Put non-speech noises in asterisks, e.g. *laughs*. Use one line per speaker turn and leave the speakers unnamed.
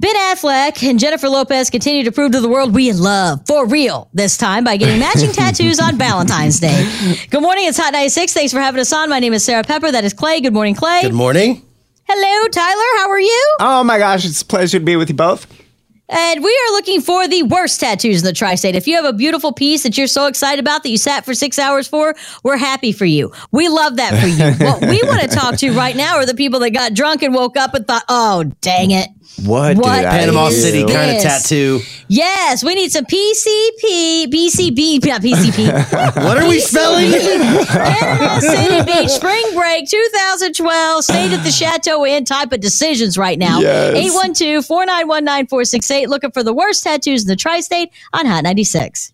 Ben Affleck and Jennifer Lopez continue to prove to the world we love for real this time by getting
*laughs*
matching tattoos on Valentine's Day. Good morning. It's Hot 96. Thanks for having us on. My name is Sarah Pepper. That is Clay. Good morning, Clay.
Good morning.
Hello, Tyler. How are you?
Oh my gosh, it's a pleasure to be with you both.
And we are looking for the worst tattoos in the tri state. If you have a beautiful piece that you're so excited about that you sat for six hours for, we're happy for you. We love that for you. what
*laughs*
we want to talk to right now are the people that got drunk and woke up and thought, oh, dang it.
What?
What
did I
Panama
do?
is
City
this?
kind of tattoo.
Yes, we need some PCP, BCB, not PCP.
What are we spelling?
Panama City Beach Spring Break 2012. Stayed at the Chateau Inn type of decisions right now.
Yes.
812 491 9468. Looking for the worst tattoos in the tri state on Hot 96.